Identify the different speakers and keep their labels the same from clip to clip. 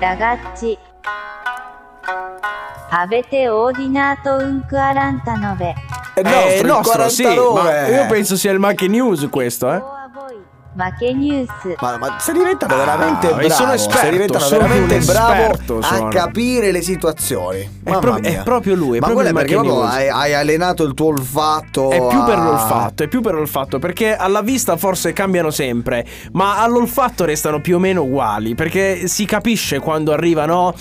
Speaker 1: ラガッチ。Avete ordinato un 40
Speaker 2: È
Speaker 3: È
Speaker 2: nostro, il
Speaker 3: Eh, nostro, sì,
Speaker 2: 49.
Speaker 3: ma io penso sia il Mac News questo, eh.
Speaker 1: a voi. Ma che news.
Speaker 2: Ma, ma sei diventato veramente
Speaker 3: Ah,
Speaker 2: bravo. sei
Speaker 3: sono esperto,
Speaker 2: diventato
Speaker 3: sono
Speaker 2: veramente
Speaker 3: un esperto,
Speaker 2: bravo
Speaker 3: sono.
Speaker 2: a capire le situazioni.
Speaker 3: È
Speaker 2: Mamma
Speaker 3: proprio- è
Speaker 2: mia.
Speaker 3: proprio lui, è
Speaker 2: ma
Speaker 3: proprio
Speaker 2: quello
Speaker 3: il
Speaker 2: è perché
Speaker 3: Marchini
Speaker 2: proprio
Speaker 3: News.
Speaker 2: hai, hai allenato il tuo olfatto.
Speaker 3: È più per
Speaker 2: a-
Speaker 3: l'olfatto, è più per l'olfatto, perché alla vista forse cambiano sempre, ma all'olfatto restano più o meno uguali, perché si capisce quando arriva, no?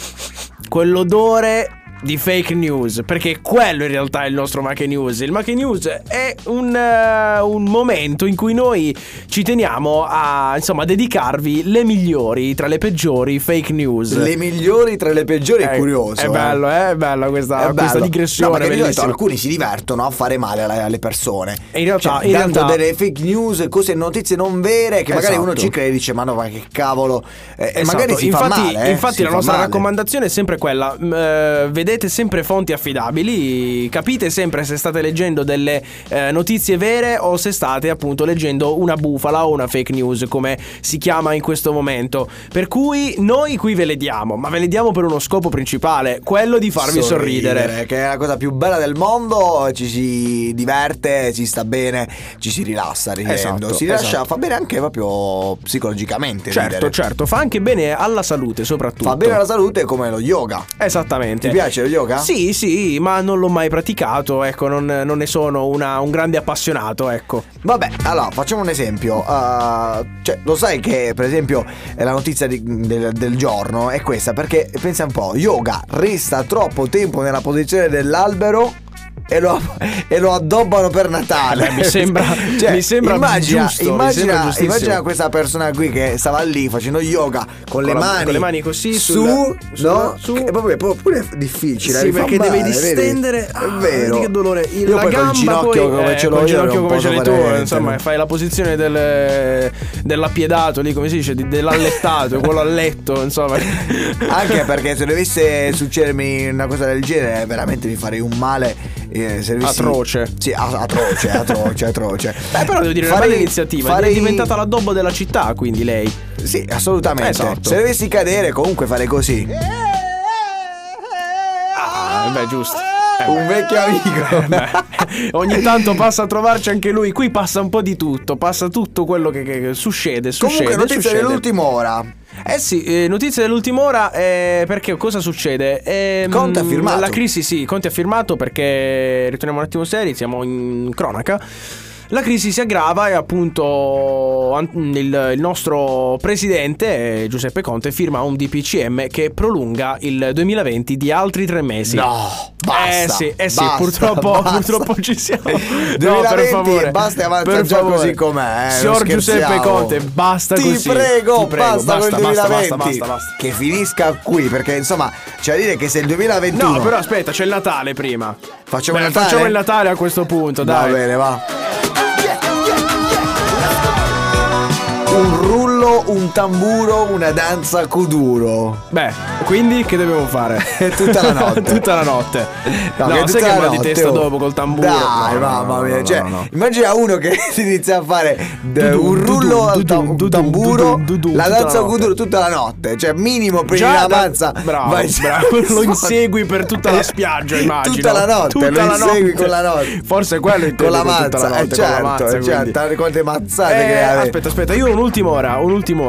Speaker 3: Quell'odore di fake news, perché quello in realtà è il nostro Mac News. Il Mac News è un, eh, un momento in cui noi ci teniamo a, insomma, a dedicarvi le migliori tra le peggiori fake news.
Speaker 2: Le migliori tra le peggiori è
Speaker 3: Eh,
Speaker 2: curioso.
Speaker 3: È
Speaker 2: eh.
Speaker 3: bello, eh, è bella
Speaker 2: È
Speaker 3: questa, questa
Speaker 2: bello. No,
Speaker 3: digressione.
Speaker 2: perché io ho detto,
Speaker 3: bellissima.
Speaker 2: alcuni si divertono a fare male alle, alle persone.
Speaker 3: E in realtà-
Speaker 2: Cioè,
Speaker 3: in
Speaker 2: dando
Speaker 3: realtà-
Speaker 2: delle fake news, cose notizie non vere che magari
Speaker 3: Esatto.
Speaker 2: uno ci crede e dice "Ma no, ma che cavolo". Eh, E
Speaker 3: Esatto.
Speaker 2: magari si
Speaker 3: infatti,
Speaker 2: fa male, eh,
Speaker 3: infatti
Speaker 2: si
Speaker 3: la
Speaker 2: fa
Speaker 3: nostra
Speaker 2: male.
Speaker 3: raccomandazione è sempre quella: mh, eh, vedete sempre fonti affidabili, capite sempre se state leggendo delle eh, notizie vere o se state appunto leggendo una bufala o una fake news, come si chiama in questo momento. Per cui noi qui ve le diamo, ma ve le diamo per uno scopo principale, quello di farvi sorridere.
Speaker 2: Che è la cosa più bella del mondo, ci si diverte, si sta bene, ci si rilassa ridendo.
Speaker 3: Esatto,
Speaker 2: si rilascia,
Speaker 3: esatto.
Speaker 2: fa bene anche proprio psicologicamente.
Speaker 3: Certo,
Speaker 2: ridere.
Speaker 3: certo, fa anche bene alla salute, soprattutto.
Speaker 2: Fa bene alla salute come lo yoga.
Speaker 3: Esattamente.
Speaker 2: Ti piace lo yoga?
Speaker 3: Sì, sì, ma non l'ho mai praticato, ecco, non, non ne sono una- un grande appassionato, ecco.
Speaker 2: Vabbè, allora facciamo un esempio. Ah, cioè, lo sai che, per esempio, eh, la notizia di- del, del giorno è questa: perché pensa un po', yoga resta troppo tempo nella posizione dell'albero. E lo, e lo addobbano per Natale. Cioè,
Speaker 3: Beh, mi sembra- mi sembra
Speaker 2: immagina,
Speaker 3: giusto, mi
Speaker 2: immagina-
Speaker 3: sembra giustissimo.
Speaker 2: immagina questa persona qui che stava lì facendo yoga con, le
Speaker 3: la-
Speaker 2: mani,
Speaker 3: con le mani così
Speaker 2: su,
Speaker 3: sulla-
Speaker 2: no?
Speaker 3: sulla- su.
Speaker 2: Che è proprio, è proprio pure difficile.
Speaker 3: Sì,
Speaker 2: mi fa
Speaker 3: perché
Speaker 2: male,
Speaker 3: devi
Speaker 2: vedi?
Speaker 3: distendere.
Speaker 2: È
Speaker 3: Ah,
Speaker 2: vero.
Speaker 3: vedi che dolore. Il,
Speaker 2: Io
Speaker 3: la
Speaker 2: poi col
Speaker 3: gamba
Speaker 2: ginocchio
Speaker 3: poi,
Speaker 2: come
Speaker 3: eh,
Speaker 2: ce l'ho
Speaker 3: col
Speaker 2: io non
Speaker 3: ginocchio come
Speaker 2: posso
Speaker 3: ce l'hai
Speaker 2: fare
Speaker 3: tu,
Speaker 2: niente,
Speaker 3: insomma,
Speaker 2: no.
Speaker 3: fai la posizione del dell'appiedato lì, come si dice, di- dell'allettato, quello a letto, insomma.
Speaker 2: Eh,
Speaker 3: Eh,
Speaker 2: Anche perché se dovesse succedermi una cosa del genere, veramente mi farei un male. eh, se dovessi-
Speaker 3: Atroce.
Speaker 2: Sì, a- atroce, atroce, atroce.
Speaker 3: Beh, però devo dire, una
Speaker 2: Farei-
Speaker 3: bella iniziativa.
Speaker 2: farei-
Speaker 3: È diventata l'addobbo della città, quindi lei.
Speaker 2: Sì, assolutamente.
Speaker 3: Esatto.
Speaker 2: Se dovessi cadere, comunque fare così.
Speaker 3: Ah, beh, giusto. Eh,
Speaker 2: Un vecchio
Speaker 3: Eh,
Speaker 2: amico.
Speaker 3: beh, Ogni tanto passa a trovarci anche lui. Qui passa un po' di tutto. Passa tutto quello che, che- che succede. Succede.
Speaker 2: Comunque, notizia
Speaker 3: succede.
Speaker 2: dell'ultima ora.
Speaker 3: Eh sì, eh, notizie dell'ultima ora. eh, perché cosa succede? Ehm,
Speaker 2: Conte ha firmato.
Speaker 3: La crisi, sì, Conte ha firmato perché ritorniamo un attimo seri, siamo in cronaca. La crisi si aggrava e appunto an- il, il nostro presidente eh, Giuseppe Conte firma un DPCM che prolunga il 2020 di altri tre mesi.
Speaker 2: No,
Speaker 3: eh
Speaker 2: basta.
Speaker 3: sì, eh sì,
Speaker 2: basta,
Speaker 3: purtroppo,
Speaker 2: basta.
Speaker 3: purtroppo ci siamo. No,
Speaker 2: 2020
Speaker 3: per favore.
Speaker 2: basta e avanza
Speaker 3: per
Speaker 2: già
Speaker 3: favore.
Speaker 2: così com'è, eh,
Speaker 3: Signor
Speaker 2: non
Speaker 3: Giuseppe
Speaker 2: scherziamo.
Speaker 3: Conte, basta
Speaker 2: Ti
Speaker 3: così.
Speaker 2: Prego,
Speaker 3: Ti prego,
Speaker 2: basta, col
Speaker 3: basta, basta,
Speaker 2: 2020.
Speaker 3: basta, basta, basta.
Speaker 2: Che finisca qui, perché insomma, c'è da dire che se il 2021
Speaker 3: No, però aspetta, c'è il Natale prima.
Speaker 2: Facciamo
Speaker 3: Beh,
Speaker 2: il Natale?
Speaker 3: Facciamo il Natale a questo punto,
Speaker 2: Va
Speaker 3: dai.
Speaker 2: bene, va. Un rullo, un tamburo, una danza kuduro.
Speaker 3: Beh, quindi che dobbiamo fare?
Speaker 2: Tutta la notte.
Speaker 3: tutta la notte. No,
Speaker 2: che
Speaker 3: sai
Speaker 2: tutta
Speaker 3: che
Speaker 2: la
Speaker 3: mal di
Speaker 2: notte,
Speaker 3: testa
Speaker 2: oh.
Speaker 3: dopo col tamburo.
Speaker 2: Dai,
Speaker 3: No, no,
Speaker 2: mamma
Speaker 3: no,
Speaker 2: mia.
Speaker 3: no, no,
Speaker 2: cioè,
Speaker 3: no.
Speaker 2: immagina uno che si inizia a fare d-
Speaker 3: Dudum,
Speaker 2: un rullo
Speaker 3: dudum,
Speaker 2: al ta-
Speaker 3: dudum,
Speaker 2: un
Speaker 3: dudum,
Speaker 2: tamburo,
Speaker 3: dudum, dudum,
Speaker 2: la
Speaker 3: tutta la
Speaker 2: danza
Speaker 3: notte.
Speaker 2: kuduro tutta la notte. Cioè, minimo prima
Speaker 3: Già
Speaker 2: la
Speaker 3: da-
Speaker 2: danza.
Speaker 3: bravo,
Speaker 2: vai già-
Speaker 3: bravo, lo insegui per tutta la spiaggia, immagino.
Speaker 2: Tutta la notte,
Speaker 3: Tutta
Speaker 2: lo
Speaker 3: la
Speaker 2: insegui
Speaker 3: notte.
Speaker 2: con la notte.
Speaker 3: Forse quello
Speaker 2: con
Speaker 3: intende
Speaker 2: la
Speaker 3: con
Speaker 2: mazza,
Speaker 3: tutta la
Speaker 2: eh,
Speaker 3: notte, con la
Speaker 2: certo,
Speaker 3: mazza, quindi.
Speaker 2: certo, tante quante mazzate
Speaker 3: Eh,
Speaker 2: che avevi.
Speaker 3: aspetta, aspetta, io ho un'ultim'ora, un'ultim'ora.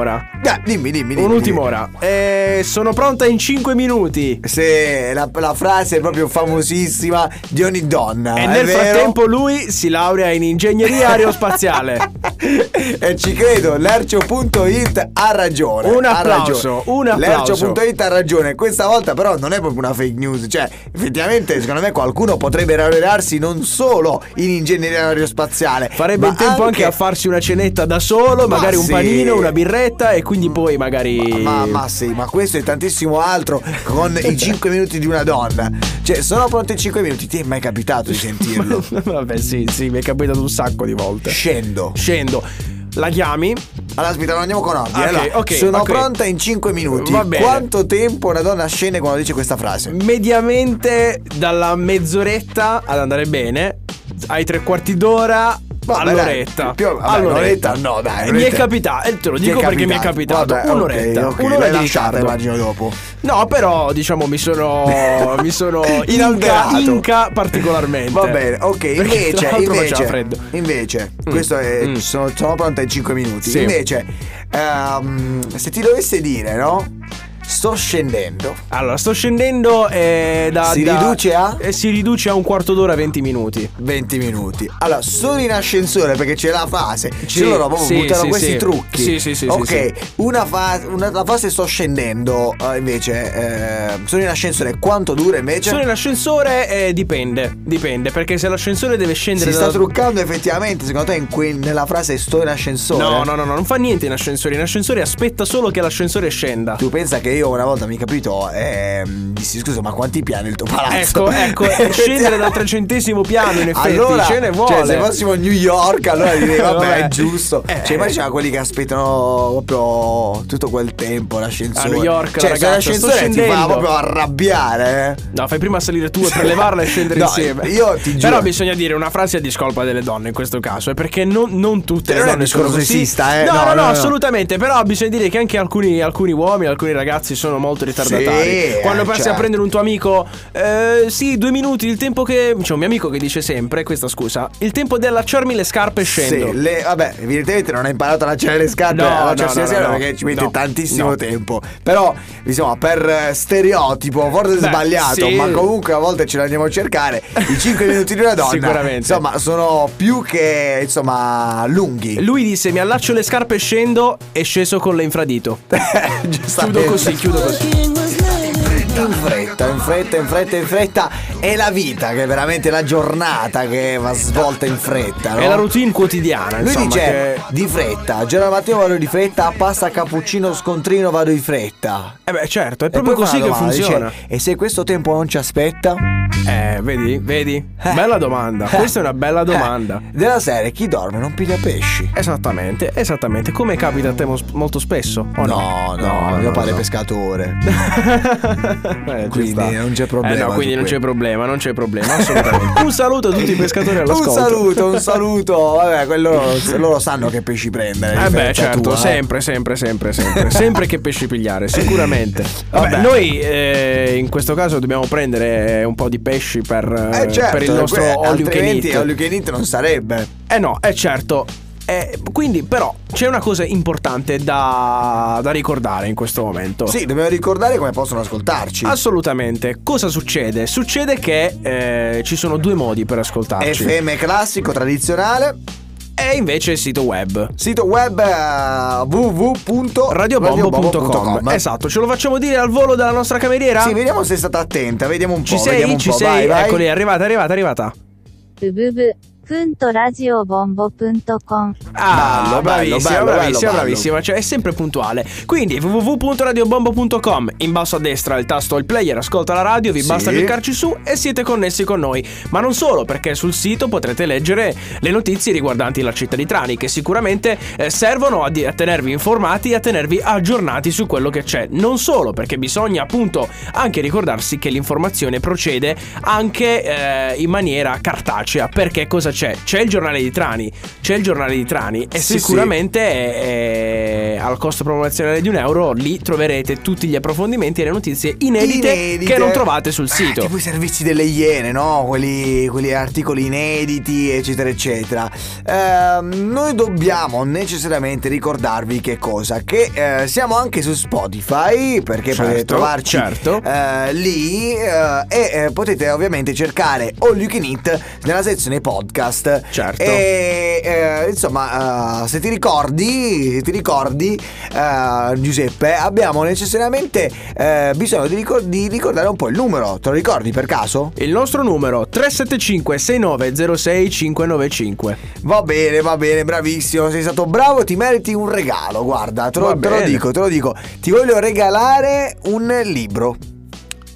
Speaker 2: Dai, dimmi, dimmi, dimmi.
Speaker 3: Un'ultim'ora. Eh, sono pronta in 5 minuti.
Speaker 2: dimmi. Sì, la, la frase è proprio famosissima di ogni donna.
Speaker 3: E
Speaker 2: Ah, è
Speaker 3: nel
Speaker 2: vero?
Speaker 3: frattempo lui si laurea in ingegneria aerospaziale.
Speaker 2: e ci credo, lercio.it ha ragione.
Speaker 3: Un
Speaker 2: ha
Speaker 3: applauso,
Speaker 2: ragione.
Speaker 3: un applauso.
Speaker 2: Lercio.it ha ragione. Questa volta però non è proprio una fake news, cioè effettivamente secondo me qualcuno potrebbe laurearsi non solo in ingegneria aerospaziale,
Speaker 3: Farebbe
Speaker 2: ma
Speaker 3: il tempo anche... a farsi una cenetta da solo,
Speaker 2: Ma
Speaker 3: magari un
Speaker 2: sì.
Speaker 3: panino, una birretta e quindi poi magari...
Speaker 2: Ma, ma sì, ma questo e tantissimo altro con i 5 minuti di una donna. Cioè, sono pronti i 5 minuti, ti è mai capitato di sentirlo?
Speaker 3: Vabbè sì, sì, mi è capitato un sacco di volte.
Speaker 2: Scendo.
Speaker 3: Scendo. La chiami?
Speaker 2: Allora, aspetta, non andiamo con ordine.
Speaker 3: Ok,
Speaker 2: allora,
Speaker 3: ok,
Speaker 2: sono
Speaker 3: ok.
Speaker 2: pronta in 5 minuti.
Speaker 3: Va bene.
Speaker 2: Quanto tempo una donna scende quando dice questa frase?
Speaker 3: Mediamente dalla mezz'oretta ad andare bene, ai tre quarti d'ora
Speaker 2: Vabbè, dai,
Speaker 3: all'oretta.
Speaker 2: più- vabbè, un'oretta no, dai,
Speaker 3: Mi è
Speaker 2: un'oretta.
Speaker 3: capitato, e te lo
Speaker 2: Ti
Speaker 3: dico
Speaker 2: è
Speaker 3: perché mi è
Speaker 2: capitato.
Speaker 3: capitato.
Speaker 2: Vabbè, ok,
Speaker 3: un'oretta.
Speaker 2: ok,
Speaker 3: un'ora
Speaker 2: l'hai
Speaker 3: di
Speaker 2: lasciata,
Speaker 3: ritardo.
Speaker 2: immagino, dopo.
Speaker 3: No, però diciamo mi sono mi sono inca,
Speaker 2: Inalterato.
Speaker 3: inca particolarmente.
Speaker 2: Va bene, ok.
Speaker 3: Perché,
Speaker 2: Invece,
Speaker 3: tra l'altro, faceva
Speaker 2: invece,
Speaker 3: freddo.
Speaker 2: invece, questo è.
Speaker 3: Mm.
Speaker 2: ci Sono, sono pronta in 5 minuti.
Speaker 3: Sì.
Speaker 2: Invece, ehm, se ti dovesse dire, no? Sto scendendo.
Speaker 3: Allora, sto scendendo eh, da
Speaker 2: Si
Speaker 3: da-
Speaker 2: riduce a? Cioè
Speaker 3: eh, si riduce a un quarto d'ora e 20 minuti.
Speaker 2: 20 minuti. Allora, sono in ascensore perché c'è la fase.
Speaker 3: Sì,
Speaker 2: Ci loro proprio
Speaker 3: sì,
Speaker 2: buttano
Speaker 3: sì,
Speaker 2: questi
Speaker 3: sì.
Speaker 2: trucchi.
Speaker 3: Sì, sì, sì,
Speaker 2: Ok,
Speaker 3: sì,
Speaker 2: Una fase, una, la fase sto scendendo. eh, invece, eh, sono in ascensore. Quanto dura invece?
Speaker 3: Sono in ascensore eh, dipende, dipende, perché se l'ascensore deve scendere
Speaker 2: si
Speaker 3: da-
Speaker 2: sta truccando effettivamente, secondo te, in que- nella frase sto in ascensore?
Speaker 3: No, no, no, no, non fa niente in ascensore, in ascensore aspetta solo che l'ascensore scenda.
Speaker 2: Tu pensa che io una volta mi capito, ehm, dissi scusa, ma quanti piani il tuo palazzo?
Speaker 3: Ecco, ecco, e scendere dal trecentesimo piano, in effetti,
Speaker 2: allora,
Speaker 3: ce ne vuole.
Speaker 2: Cioè, se fossimo a New York, allora direi, vabbè,
Speaker 3: Vabbè.
Speaker 2: è giusto.
Speaker 3: Eh.
Speaker 2: Cioè, immagina quelli che aspettano proprio tutto quel tempo l'ascensore.
Speaker 3: A New York,
Speaker 2: cioè,
Speaker 3: ragazza,
Speaker 2: se
Speaker 3: sto
Speaker 2: l'ascensore ti fa
Speaker 3: scendendo.
Speaker 2: proprio arrabbiare. eh.
Speaker 3: No, fai prima salire tu e prelevarla e scendere
Speaker 2: No,
Speaker 3: insieme.
Speaker 2: io ti giuro-
Speaker 3: Però bisogna dire una frase a discolpa delle donne in questo caso, eh, perché non, non tutte
Speaker 2: Cioè,
Speaker 3: le
Speaker 2: non è
Speaker 3: donne
Speaker 2: un discorso
Speaker 3: sono così.
Speaker 2: sessista, eh,
Speaker 3: No,
Speaker 2: no,
Speaker 3: no, no,
Speaker 2: no, no.
Speaker 3: assolutamente. Però bisogna dire che anche alcuni, alcuni uomini, alcuni ragazzi sono molto ritardatari.
Speaker 2: Sì,
Speaker 3: Quando
Speaker 2: eh,
Speaker 3: passi
Speaker 2: certo.
Speaker 3: a prendere un tuo amico, eh, sì, due minuti, il tempo che. C'è un mio amico che dice sempre, questa scusa, il tempo di allacciarmi le scarpe e scendo.
Speaker 2: Sì, le- vabbè, evidentemente non hai imparato a lanciare le scarpe
Speaker 3: No,
Speaker 2: a
Speaker 3: no,
Speaker 2: lanciarsi
Speaker 3: no,
Speaker 2: le scarpe
Speaker 3: no, no.
Speaker 2: perché ci mette
Speaker 3: No,
Speaker 2: tantissimo
Speaker 3: no.
Speaker 2: tempo. Però, insomma, per eh, stereotipo, forse
Speaker 3: Beh,
Speaker 2: sbagliato,
Speaker 3: sì.
Speaker 2: ma comunque a volte ce l'andiamo a cercare. I 5 minuti di una donna,
Speaker 3: Sicuramente.
Speaker 2: insomma, sono più che insomma lunghi.
Speaker 3: Lui disse: Mi allaccio le scarpe e scendo. È sceso con l'infradito.
Speaker 2: Giustamente.
Speaker 3: chiudo così, chiudo così.
Speaker 2: In fretta, in fretta, in fretta, in fretta. È la vita che è veramente la giornata che va svolta in fretta. No?
Speaker 3: È la routine quotidiana.
Speaker 2: Lui
Speaker 3: insomma,
Speaker 2: dice
Speaker 3: che-
Speaker 2: di fretta, giorno al mattino vado di fretta, pasta cappuccino scontrino vado di fretta.
Speaker 3: Eh beh, certo, è
Speaker 2: E
Speaker 3: proprio
Speaker 2: poi fa
Speaker 3: così
Speaker 2: la
Speaker 3: che
Speaker 2: domanda, dice,
Speaker 3: funziona.
Speaker 2: e se questo tempo non ci aspetta?
Speaker 3: Eh, vedi, vedi. Bella domanda. Questa è una bella domanda.
Speaker 2: Eh, della serie, chi dorme non piglia pesci.
Speaker 3: Esattamente, esattamente. Come capita a te mos- molto spesso? o
Speaker 2: no, no, mio padre è pescatore.
Speaker 3: Eh, ci
Speaker 2: Quindi
Speaker 3: sta.
Speaker 2: non c'è problema
Speaker 3: Eh, no,
Speaker 2: su
Speaker 3: quindi non
Speaker 2: quello.
Speaker 3: c'è problema, non c'è problema. Assolutamente. un saluto a tutti i pescatori all'ascolto.
Speaker 2: Un saluto, un saluto. Vabbè, quello, loro sanno che pesci prendere.
Speaker 3: Eh beh,
Speaker 2: differenza
Speaker 3: certo,
Speaker 2: tua, eh.
Speaker 3: sempre, sempre, sempre, sempre. sempre che pesci pigliare, sicuramente. Vabbè,
Speaker 2: Vabbè.
Speaker 3: noi eh, in questo caso dobbiamo prendere eh, un po' di pesci per, eh,
Speaker 2: Eh certo,
Speaker 3: per il nostro
Speaker 2: que-
Speaker 3: all you can
Speaker 2: altrimenti
Speaker 3: eat.
Speaker 2: all you can eat non sarebbe.
Speaker 3: Eh no, è certo. Eh, quindi, però, c'è una cosa importante da, da ricordare in questo momento.
Speaker 2: Sì, dobbiamo ricordare come possono ascoltarci.
Speaker 3: Assolutamente. Cosa succede? Succede che eh, ci sono due modi per ascoltarci.
Speaker 2: FM classico tradizionale.
Speaker 3: e invece il sito web.
Speaker 2: Sito web eh,
Speaker 3: Radiobombo.com
Speaker 2: www.radiobombo.com
Speaker 3: Esatto, ce lo facciamo dire al volo dalla nostra cameriera?
Speaker 2: Eh. Sì, vediamo se è stata attenta, vediamo un
Speaker 3: Ci
Speaker 2: po'. vediamo
Speaker 3: sei?
Speaker 2: un
Speaker 3: Ci
Speaker 2: po',
Speaker 3: sei?
Speaker 2: Vai, vai.
Speaker 3: Eccoli, è arrivata, è arrivata, è arrivata.
Speaker 1: ブブブ、くんとラジオボンボプンとコン。
Speaker 3: Ah,
Speaker 2: Bello, bello,
Speaker 3: bravissima,
Speaker 2: bello,
Speaker 3: bravissima,
Speaker 2: bello,
Speaker 3: bravissima. Cioè, è sempre puntuale. Quindi www.radiobombo.com, in basso a destra il tasto il player, ascolta la radio, vi
Speaker 2: Sì.
Speaker 3: basta cliccarci su e siete connessi con noi. Ma non solo, perché sul sito potrete leggere le notizie riguardanti la città di Trani, che sicuramente eh, servono a, di- a tenervi informati e a tenervi aggiornati su quello che c'è. Non solo, perché bisogna appunto anche ricordarsi che l'informazione procede anche eh, in maniera cartacea. Perché cosa c'è? C'è il giornale di Trani, c'è il giornale di Trani e
Speaker 2: Sì, sì.
Speaker 3: sicuramente eh, al costo promozionale di un euro lì troverete tutti gli approfondimenti e le notizie inedite,
Speaker 2: Inedite.
Speaker 3: che non trovate sul sito.
Speaker 2: Eh, tipo i servizi delle iene, no? Quelli, quelli articoli inediti, eccetera, eccetera. Ehm, noi dobbiamo necessariamente ricordarvi che cosa? Che eh, siamo anche su Spotify, perché
Speaker 3: Certo,
Speaker 2: potete trovarci
Speaker 3: certo.
Speaker 2: eh, lì eh, e eh, potete ovviamente cercare All You Can Eat nella sezione podcast.
Speaker 3: Certo.
Speaker 2: E eh, insomma, eh, se ti ricordi, se ti ricordi eh, Giuseppe, abbiamo necessariamente eh, bisogno di, ricor- di ricordare un po' il numero. Te lo ricordi per caso?
Speaker 3: Il nostro numero 375 6906 595.
Speaker 2: Va bene, va bene, bravissimo. Sei stato bravo, ti meriti un regalo. Guarda, te lo,
Speaker 3: Va
Speaker 2: te lo
Speaker 3: bene.
Speaker 2: dico, te lo dico. Ti voglio regalare un libro.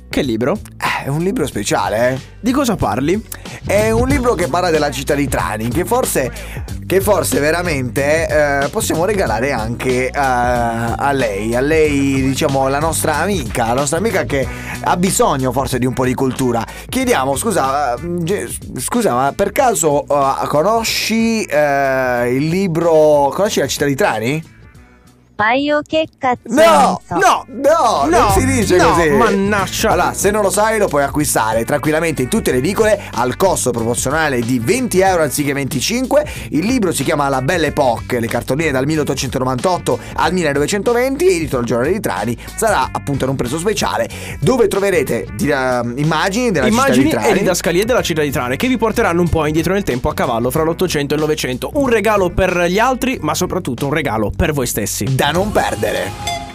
Speaker 3: Che libro?
Speaker 2: Eh, È un libro speciale, eh.
Speaker 3: Di cosa parli?
Speaker 2: È un libro che parla della città di Trani, che forse che forse veramente eh, possiamo regalare anche eh, a lei, a lei diciamo la nostra amica, la nostra amica che ha bisogno forse di un po' di cultura. Chiediamo, scusa, eh, ge- scusa ma per caso eh, conosci eh, il libro, conosci la città di Trani?
Speaker 1: バイオ結果ン
Speaker 2: No, no, no, Oh, non
Speaker 3: No,
Speaker 2: si dice
Speaker 3: no,
Speaker 2: così.
Speaker 3: mannaggia.
Speaker 2: Allora, se non lo sai, lo puoi acquistare tranquillamente in tutte le edicole al costo promozionale di 20 euro anziché 25. Il libro si chiama La Belle Époque, le cartoline dal 1898 al 1920, edito al Giornale di Trani. Sarà appunto in un prezzo speciale dove troverete di- eh, immagini della
Speaker 3: Immagini
Speaker 2: città
Speaker 3: e
Speaker 2: di Trani.
Speaker 3: didascalie della città di Trane che vi porteranno un po' indietro nel tempo a cavallo fra l'Ottocento e il Novecento. Un regalo per gli altri, ma soprattutto un regalo per voi stessi.
Speaker 2: da non perdere.